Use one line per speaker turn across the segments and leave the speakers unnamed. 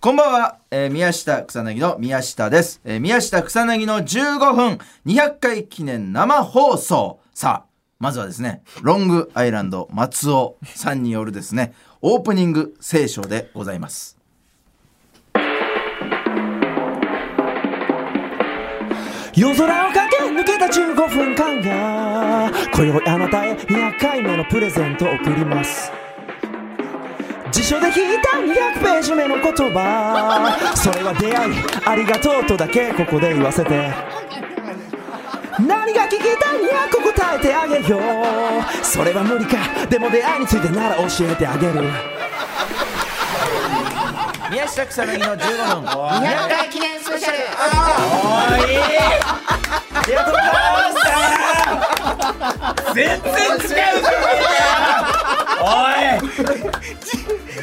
こんばんは、えー宮下草薙の宮下です、えー宮下草薙の15分200回記念生放送さあまずはですねロングアイランド松尾さんによるですねオープニング聖書でございます
夜空を駆け抜けた15分間が今宵あなたへ200回目のプレゼントを贈ります辞書で引いた200ページ目の言葉それは出会いありがとうとだけここで言わせて何が聞きたい200個答えてあげようそれは無理かでも出会いについてなら教えてあげる
宮下草薙の15分
100回記念スペシャル
全然違うじゃんおい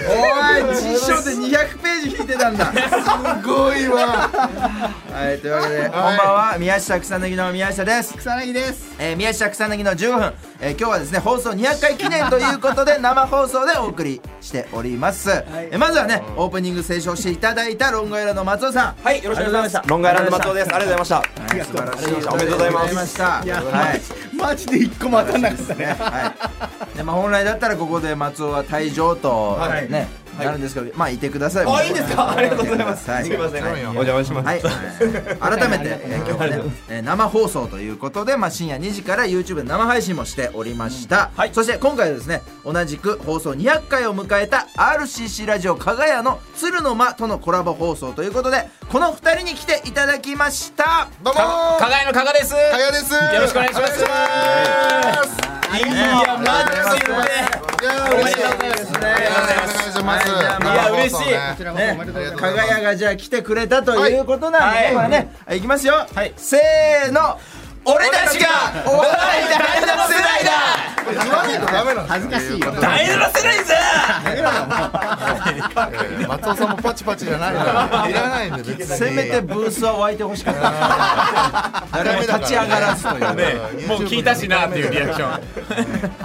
おい辞書で200ページ引いてたんだすごいわはいというわけでこんばんは宮下草薙の宮下です
草薙です
えー宮下草薙の15分、えー今日はですね放送200回記念ということで生放送でお送りしております、えーまずはねオープニング斉唱していただいたロングアイランド松尾さん
はいよろしくお願いします
ロングアイランド松尾ですありがとうございま
はい素晴らしい
おめでとうございます
ありがとうございました
マジで一個も当たんなかったね
はいでまあ、本来だったらここで松尾は退場と、
はい
ねなるんですけど、まあいてください
あいいんですかありがとうございます
はい
すいません
はい
お
はい
邪魔します
はい、えー改めて、えー今日はね、えー生放送ということで、まあ、深夜2時から YouTube で生配信もしておりました、
はい
そして今回はですね同じく放送200回を迎えた RCC ラジオ加賀屋の鶴の間とのコラボ放送ということでこの2人に来ていただきました
どうもー
加賀屋の加賀です
かやですよ
よろしくお願いします
お願いし
いやマ
あ
ジ
りがとうございます
ますいやー嬉しい
ですね
ありが
いや嬉しい
はいじゃあまあ
とうございますお願いします
こ
生放送ね
ね、加賀屋がじゃあ来てくれたと
はい
いうことなんで、
はい
今日はね、い、きますよ、
はい
せーの俺たちがお笑い第7世代だ
これ言わないとダメなん恥ずかしいよ
第7世代さ
松尾さんもパチパチじゃないからいらないんで別に
せめてブースは湧いてほしかった。誰も立ち上がらずという。
ねもう聞いたしなっていうリアクショ
な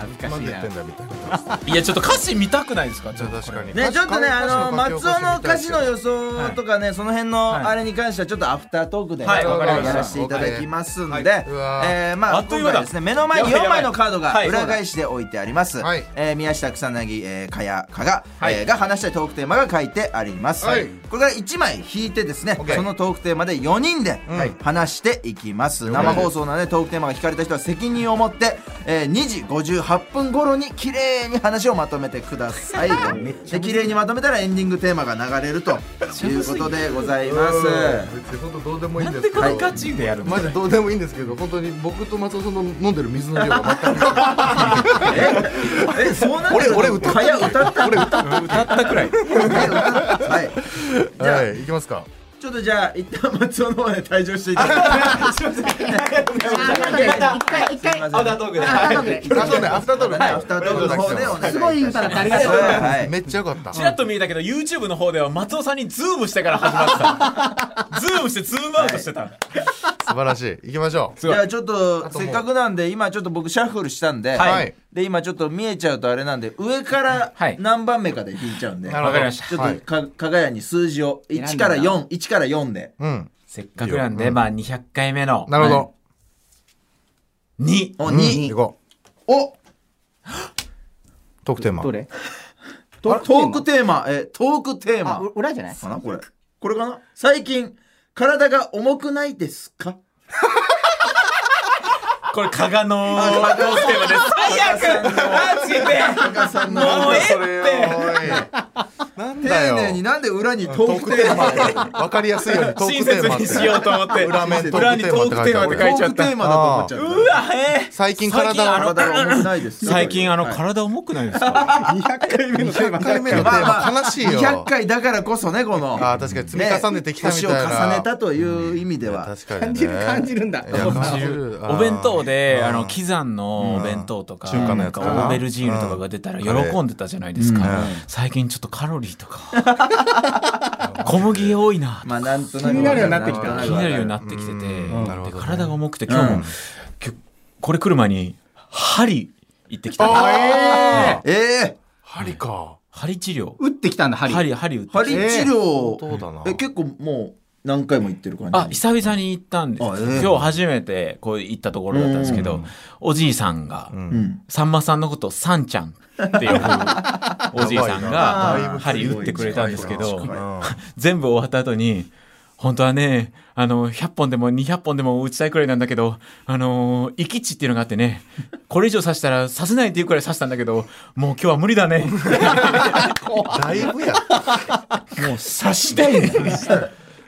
んで言ってんだみたいな
ンいやちょっと歌詞見たくないですかちょっと
確かに
ね、ちょっとね、あの、
歌詞
松尾の歌詞の予想とかね、その辺のあれに関しては、ちょっとアフタートークで、
はいわかりました
やらせていただきますんで、
うわ
えー、ま
あ
あ、
っとい
今
う間だ
回はですね、目の前に
やばい
4枚のカードが
はい
裏返しておいてあります。
はい
えー宮下草薙、えー、かや、かが、
はい
えーが話したいトークテーマが書いてあります。
はい
これが1枚引いてですね、
OK
そのトークテーマで4人で
はい
話していきます。生放送なのでトークテーマが引かれた人は責任を持って、えー2時58分頃に綺麗に話をまとめてください。で綺麗にまとめたらエンディングテーマが流れるということでございます。
うん別に本当どうでもいいんですけ
で
ど
カチカチでやるの
マジどうでもいいんですけど本当に僕と松尾さんの飲んでる水の量が全く
え、そうなん
俺俺歌った
かや歌った。
俺歌っ
歌ったくらい
はい。
たはい行きますか
ちょっとじゃあ一旦松尾の方で退場していただきます。
一回一回
アウタートークで
あ後で
アフタートークねアフタート
アフタート
ークね
ークの方でお願いします。
すごいインパクトありがとうございます
はい。
めっちゃよかった
ちらっと見えたけど YouTube の方では松尾さんにズームしてから始ま ってたズームしてズームアウトしてた
素晴らしい行きましょう
すごい
じゃあちょっと
あとも
せ
う
っかくなんで今ちょっと僕シャッフルしたんで、
はい
で今ちょっと見えちゃうとあれなんで上から
はい
何番目かで引いちゃうんで、
なるほど
わかりました
ちょ
は
っ
い
とか加賀屋に数字を1から4、1から4で。
うん
せっかくなんでまあ200回目の
なるほど
2
お、
うん
2
行。こ
お
うトークテーマ
どれ
トークテーマ、え、トークテー
あ
マ。
裏じゃない
かなこれ。これかな最近、体が重くないですか
これ加賀のトークテーマです最悪マジで
加賀さんの
もうええ
なん
丁
だよ
寧になんで裏にト
ト
ー
ー
ク
ク
テ
テ
ー
ー
マ
マわかりやすいようにトー
親
クテ
切
ーマっ
に
て
しようと思って
裏面ト
裏
ー
に
ク
ト
テーマっ
ー
て
ク
書い
テーマって書い
てある
ちゃっ
トーク
た
テーマだと思っちゃった。
うわえ
最近体
最近あ
は
の
体が重くないですか
最近あの体
はい
重くないですか
100回目のテーマ悲しいよ
200回だからこそねこの
あー確かに積み重ねてきたみたいな
ね年を重ねたという意味では、
確かに感じる感じるんだ感じる
お弁当であの
き
喜山のお弁当とか,、
うん中華の
な
や
ん
つか
か
な
オーベルジーヌとかが出たら喜んでたじゃないですか、最近ちょっとカロリーとか 小麦多いな
まあなんとなく気になるようになってきた
気になるようになってきてて、
んなるほ
で
どね
体が重くて今日も、きょこれ来る前に針行ってきた
あ
ええ
針か
針治療
打ってきたんだ、針。
針針打って
針治療、
そうだな
え結構もう何回も行ってる感じ
あ久々に行ったんです、
あええ
今日初めてこう行ったところだったんですけど、おじいさんが、
うん
さんまさんのことをさんちゃんっていうおじいさ
や
ん
ばい
が
な
針打ってくれたんですけど
近いな
全部終わった後に本当はね、あの、100本でも200本でも打ちたいくらいなんだけど、あのー、行き地っていうのがあってね、これ以上刺したら刺せないっていうくらい刺したんだけど、もう今日は無理だね。
だいぶ
も
や。
う刺したいんだね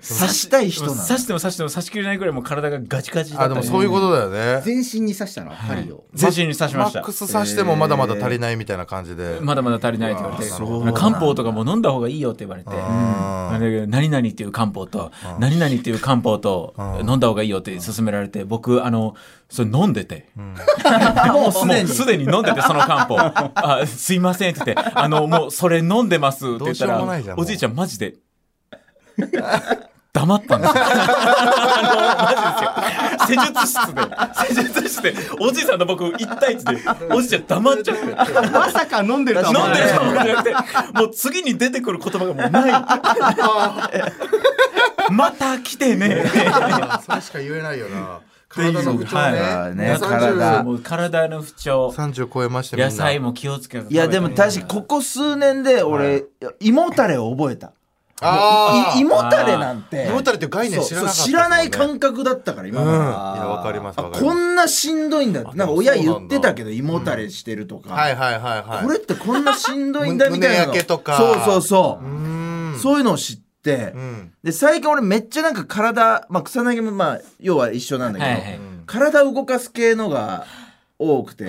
刺したい人な
刺
の
しても刺しても刺しきれないくらいもう体がガチガチだ
あ、
っ
で
た
もそういうことだよね。
全身に刺したの、針を。
全身に刺しました
マック。ス刺してもまだまだ足りないみたいな感じで。
まだまだ足りないって言われて
あそう
なんだ
漢方とかも飲んだ方がいいよって言われて、
あ
で何々っていう漢方と何々っていう漢方と飲んだ方がいいよって勧められて僕あのそれ飲んでて、 もうすでに飲んでてその漢方あすいませんって言ってあのもうそれ飲んでますって言った
どうしようもないじゃ
ら
んもう
おじいちゃんマジで黙ったんですよ。あのマジですよ。施術室で、施術室で、おじいさんと僕、一対一で、おじいちゃん黙っちゃって。
まさか飲んでるとは思
飲ん
わ
で
ない
るかもじゃなくて、もう次に出てくる言葉がもうない。また来てね。
あ。それしか言えないよな。体の不調
はい
ね。
ね体
もう体の不調、
三十超えましてみんな。
野菜も気をつけて。
いやでも確かにここ数年で俺胃もたれを覚えた
ああ。
い胃もたれなんて
胃もたれっていう概念知らなか
そうそう
ったもんね。
知らない感覚だったから今まで
うんいやわかりますわかります
こんなしんどいんだってなんか親言ってたけど胃もたれしてるとか、
はいはいはいはい。
これってこんなしんどいんだみたいなの
胸焼けとか
そうそうそう
ー
う、
ん。
そういうのを知って、
うん。
で最近俺めっちゃなんか体、まあ、草薙もまあ要は一緒なんだけど、
はいはい
体動かす系のが多くて、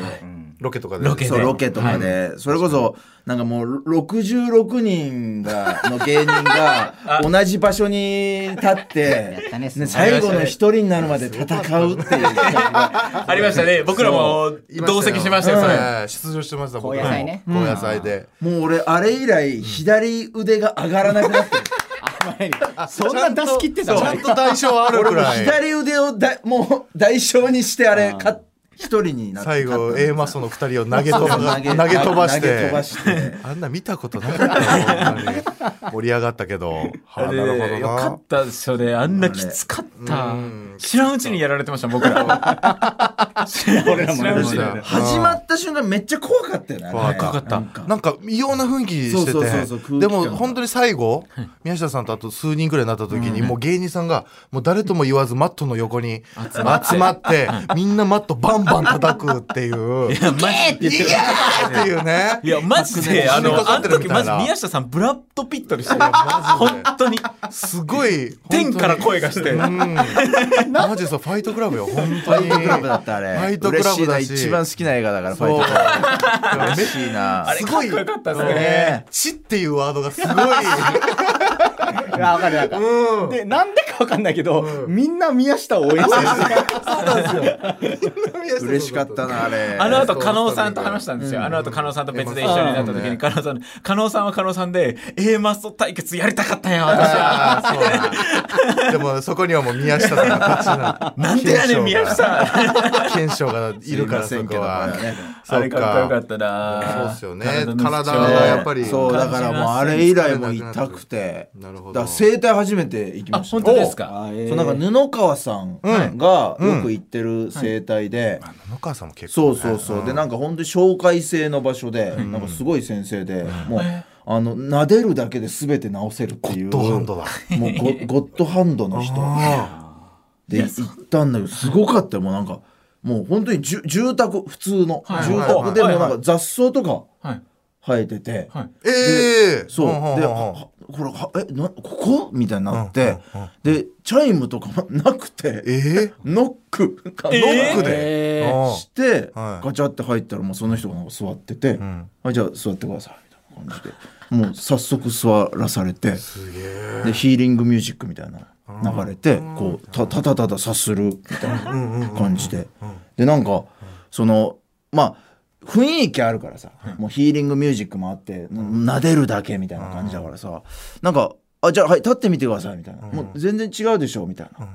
ロケとかで。
ロケで
そうロケとかで、それこそなんかもう66人がの芸人 が同じ場所に立って
たね
ね最後の一人になるまで戦うっていう企画 が
ありましたね。僕らも同席しましたよ、それ。
ね。出場してました。僕らも
高野菜ね
高野菜で。
もう俺あれ以来左腕が上がらなくなってる
そんな出し切ってたの
ちゃんと代償はある
俺
く
もう
らい。
左腕をだもう代償にしてあれか一人になって
最後 A マッソの二人を投げ飛ば
投げ
投げ飛ばし
投げ飛ば
て。
して
あんな見たことなかったよ本当に盛り上がったけど。はあな
で
るほど
よか
な
っ。たですよね。あんなきつかった
うん。
知らんうちにやられてました、僕ら。知らん
俺らもやりま したよ
ね
始 まった瞬間めっちゃ怖かったよね
怖
かった
なんか
なんか異様な雰囲気して
そうそうそうそう空気感
てでも本当に最後宮下さんとあと数人くらいになった時にもう芸人さんがもう誰とも言わずマットの横に集まってみんなマットバンバン叩くっていう「いや
マジ
ー!」っていうね
いや、マジで、あ
死にか
の、
か
あ
って
の
る
時、
みた
マ
い
ジ
な
宮下さん、ブラッド・ピットでしたよ。本当に。
すごい
天から
本
声がして。
当にうんマジでそうファイトクラブよ本当に
ファイトクラブだったあれ。
ファイトクラブだし
嬉しいな一番好きな映画だから、ファイ
そう
トクラブ。
めっ
嬉しいな。
すごい
かっこよかったですね
ね死っていうワード がすごい
あ、わかるわかる。で、なんでかわかんないけど、みんな宮下を応援してる。
嬉しかったな、あれ。
あの後、加納さんと話したんですよ。あの後、加納さんと別で一緒になった時に、加納さん、加納さんは加納さんで、A マスト対決やりたかったよ、私は。
あーそうだでもそこにはもう宮下さんが立ちな
なんでやねん、宮下。
賢章がいるから
す
そ
いませんけ
こ
ど
は
これはね
そ
あれ
っ
かっこよか
か
った
そう
な
っすよね
の不
体
調
がやっぱり
そう、だからもうあれ以来も痛くて。
なるほど
だから整体初めて行き
あ、
ました。
本当ですか。
あえー
そうなんか布川さんがよく行ってる整体で、
野川さんも結構
そ
ね
うそうそう、でなんか本当に紹介制の場所で、なんかすごい先生で、もうあの撫でるだけで全て治せるっていう
ドハンドだ
もうゴゴッドハンドの人で行ったんだけどすごかったよもうなんかもう本当にじゅ住宅普通の、
はい
住宅でも
は
ないんか雑草とか
はい。
生えてて、
はい
ええ
そうで
で
はこれはえなここみたいになって、でチャイムとかも なくて
え
ノックノ
ー
ック
僕で
えー
あ
して、
はい
ガチャって入ったらもうその人がなんか座ってて、
ん
はいじゃあ座ってくださいみたいな感じでもう早速座らされてでヒーリングミュージックみたいなの流れてこうたたたたたさするみたいな感じででなんかそのまあ雰囲気あるからさ、もうヒーリングミュージックもあって、撫でるだけみたいな感じだからさ、なんか、あ、じゃあ、はい、立ってみてください、みたいな。もう全然違うでしょ、みたいな。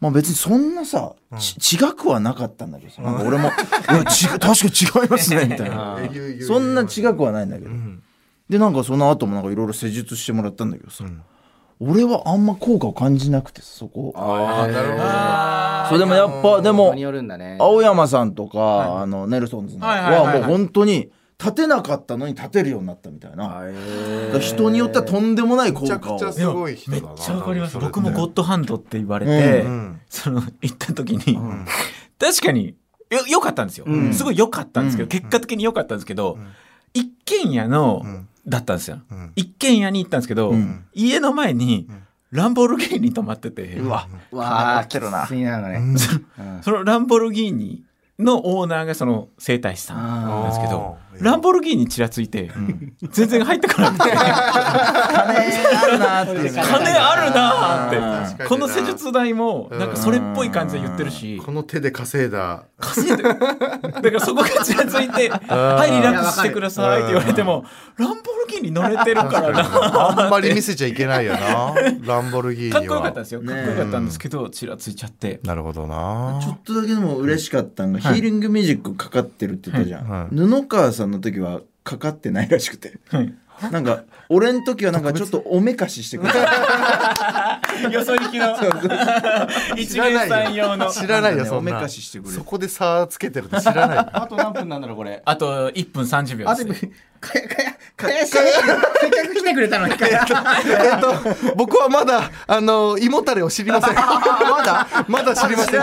まあ別にそんなさ、ち違くはなかったんだけどさ、なんか 俺も、いや、ち確かに違いますね、みたいな。
ー
そんな違くはないんだけど。でなんかその後もなんかいろいろ施術してもらったんだけどさ、俺はあんま効果を感じなくてさそこ
ああなる
そ
ほど
れでもやっぱでも
人によるんだね。
青山さんとか、あのネルソンズの
はいはいはいは
はいもう本当に立てなかったのに立てるようになったみたいな、だから人によってはとんでもない効
めちゃ
果
く
を
ちゃすごい人
め
だ
っ
な
ちゃわかります
それって
僕もゴッドハンドって言われて、
うん
うん
その 行った時に、確かによ良かったんですよ、
ん
すごい良かったんですけど、
うん
結果的に良かったんですけど、
ん
一軒家の、
ん
だったんですよ、
うん
一軒家に行ったんですけど、
うん
家の前に、ランボルギーニ泊まってて、
わあ、
て るな
きついながね。
そのランボルギーニのオーナーがその整体師さんなんですけど
あー
ランボルギーニちらついて、全然入ってこなくて
金あるなっていうね
金あるなー
確
っ
かに
て
な
この施術代もなんかそれっぽい感じで言ってるし
この手で稼いだ
稼いでるだからそこがちらついて「はいリラックスしてください」って言われてもランボルギーニ乗れてるからな
あんまり見せちゃいけないよ なランボルギーニは
かっこよかったんですよかっこよかったんですけどちらついちゃって
なるほどな
ちょっとだけでも嬉しかったのが、ヒーリングミュージックかかってるって言ったじゃん、
はい
布川さんの時はかかってないらしくて、なんか俺の時はなんかちょっとおめかししてくれた
よそ行きの一元さん用の
知らないよそ
お
ん
め
な
かししてくれ
そ
た
こで差つけてるの知ら ないよ
あと何分なんだろう、これ。
あと1分30秒ですね
かや、かや、かやしゃべってせっかく来てくれたのに、かや。
えっと、僕はまだ、あの、胃もたれを知り ません。まだまだ知りません。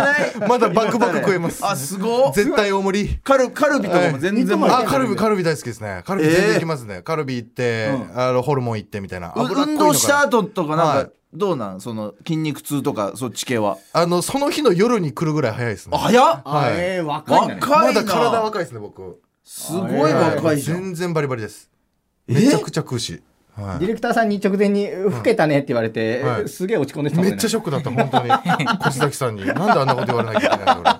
まだバクバク食えます。
あすごっ
絶対大盛り。
カルカルビとかも全然
あ、カルビ、カルビ大好きですね。カルビ全然行きますね。カルビ行って、あの、ホルモン行ってみたいな。
う
脂っこい
運
のかな
動した後とかなん
は
か
い
どうなんその筋肉痛とかそっち系は
あの、その日の夜に来るぐらい早いです
あ
ね。
早っ
はい
えー、若いんだね。
若
ま
いな
だ体若いですね、僕。
すごい若いじゃん
全然バリバリです。めちゃくちゃ食うし。はい
ディレクターさんに直前に、老けたねって言われて、
はい
すげえ落ち込んでたもん
め
ね。
っちゃショックだった、本 当に。越崎さんに。なんであんなこと言われなきゃいけないの俺。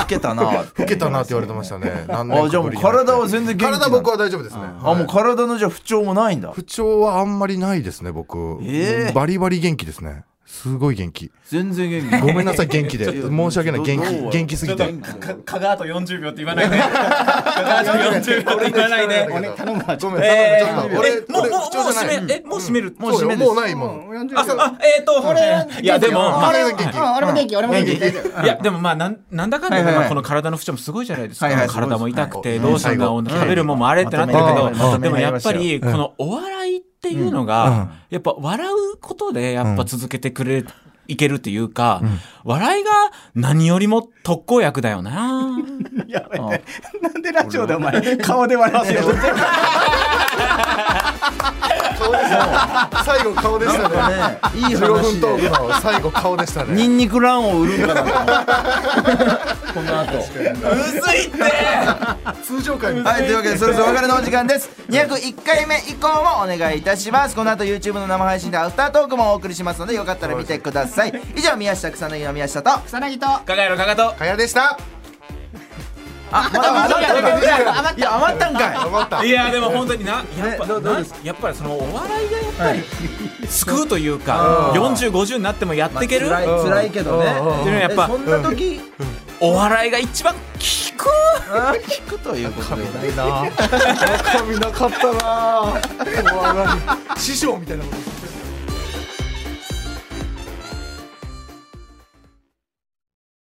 老けたな
老けたなって言われてましたね。何年
あじゃあもう体は全然元気なの
体僕は大丈夫ですね。
あもう体のじゃあ不調もないんだ
不調はあんまりないですね、僕。
ええ
バリバリ元気ですね。すごい元気。
全然元気
ごめんなさい、元気で。
いや
申し訳ない、元
どう
気、元気す
ちょ
ぎ。
ってと
ご
かか加賀あと40秒って言わないで加賀あと40秒って言わないで
おね、頼むわ、ちょっ
めん、
え
頼む、ちょっと。俺、
もうもう
俺、
も
不調
う
じゃない。
閉めえもう閉める
もうよ、もうないも ん。
と。
あそうあえっとこれいやでもま
あ
あ
れ元気。
あ、俺も元気、俺も元気。大丈夫
いやでもまあなんなんだかんだ
はいは
で
いはい
まあこの体の不調もすごいじゃないですか
はいはいすごいです
体も痛く
はい
てどうしたんだ
う
ろうん食べるもんもあれってなってる
まと
け
めま
ど
と
で
め
も
まいり
や
ま
っ
した
ぱ
よ
りこのお笑いっていうのがやっぱ笑うことでやっぱ続けてくれいけるというか笑いが何よりも特効薬だよな
やめて。なんでラジオでお前、顔で笑わせようとしてる
最後、顔でし たね。
いい
15分
話
ト
で
ークの最後、顔でした
ニ
ね。
ンニクランを売るんかなと思うこの後
通常回みた
は
い
い、というわけでそろそろお別れのお時間です201回目以降もお願いいたしますこの後 YouTube の生配信でアフタートークもお送りしますのでよかったら見てください以上宮下草薙の宮下と
草薙と。
加賀野の加賀と
かやでした。
あまだ余ったんかいいや余ったんかい
余った
い。やでも本当になやっぱ
ねどうどう
な
で
やっぱりそのお笑いがやっぱり救うというか4050になってもやっていける
辛い辛いけどね
っていうのはやっぱ
えそんな時
お笑いが一番効く
あー聞くということでございます
ないな。中身なかったな。お笑い師匠みたいなことです。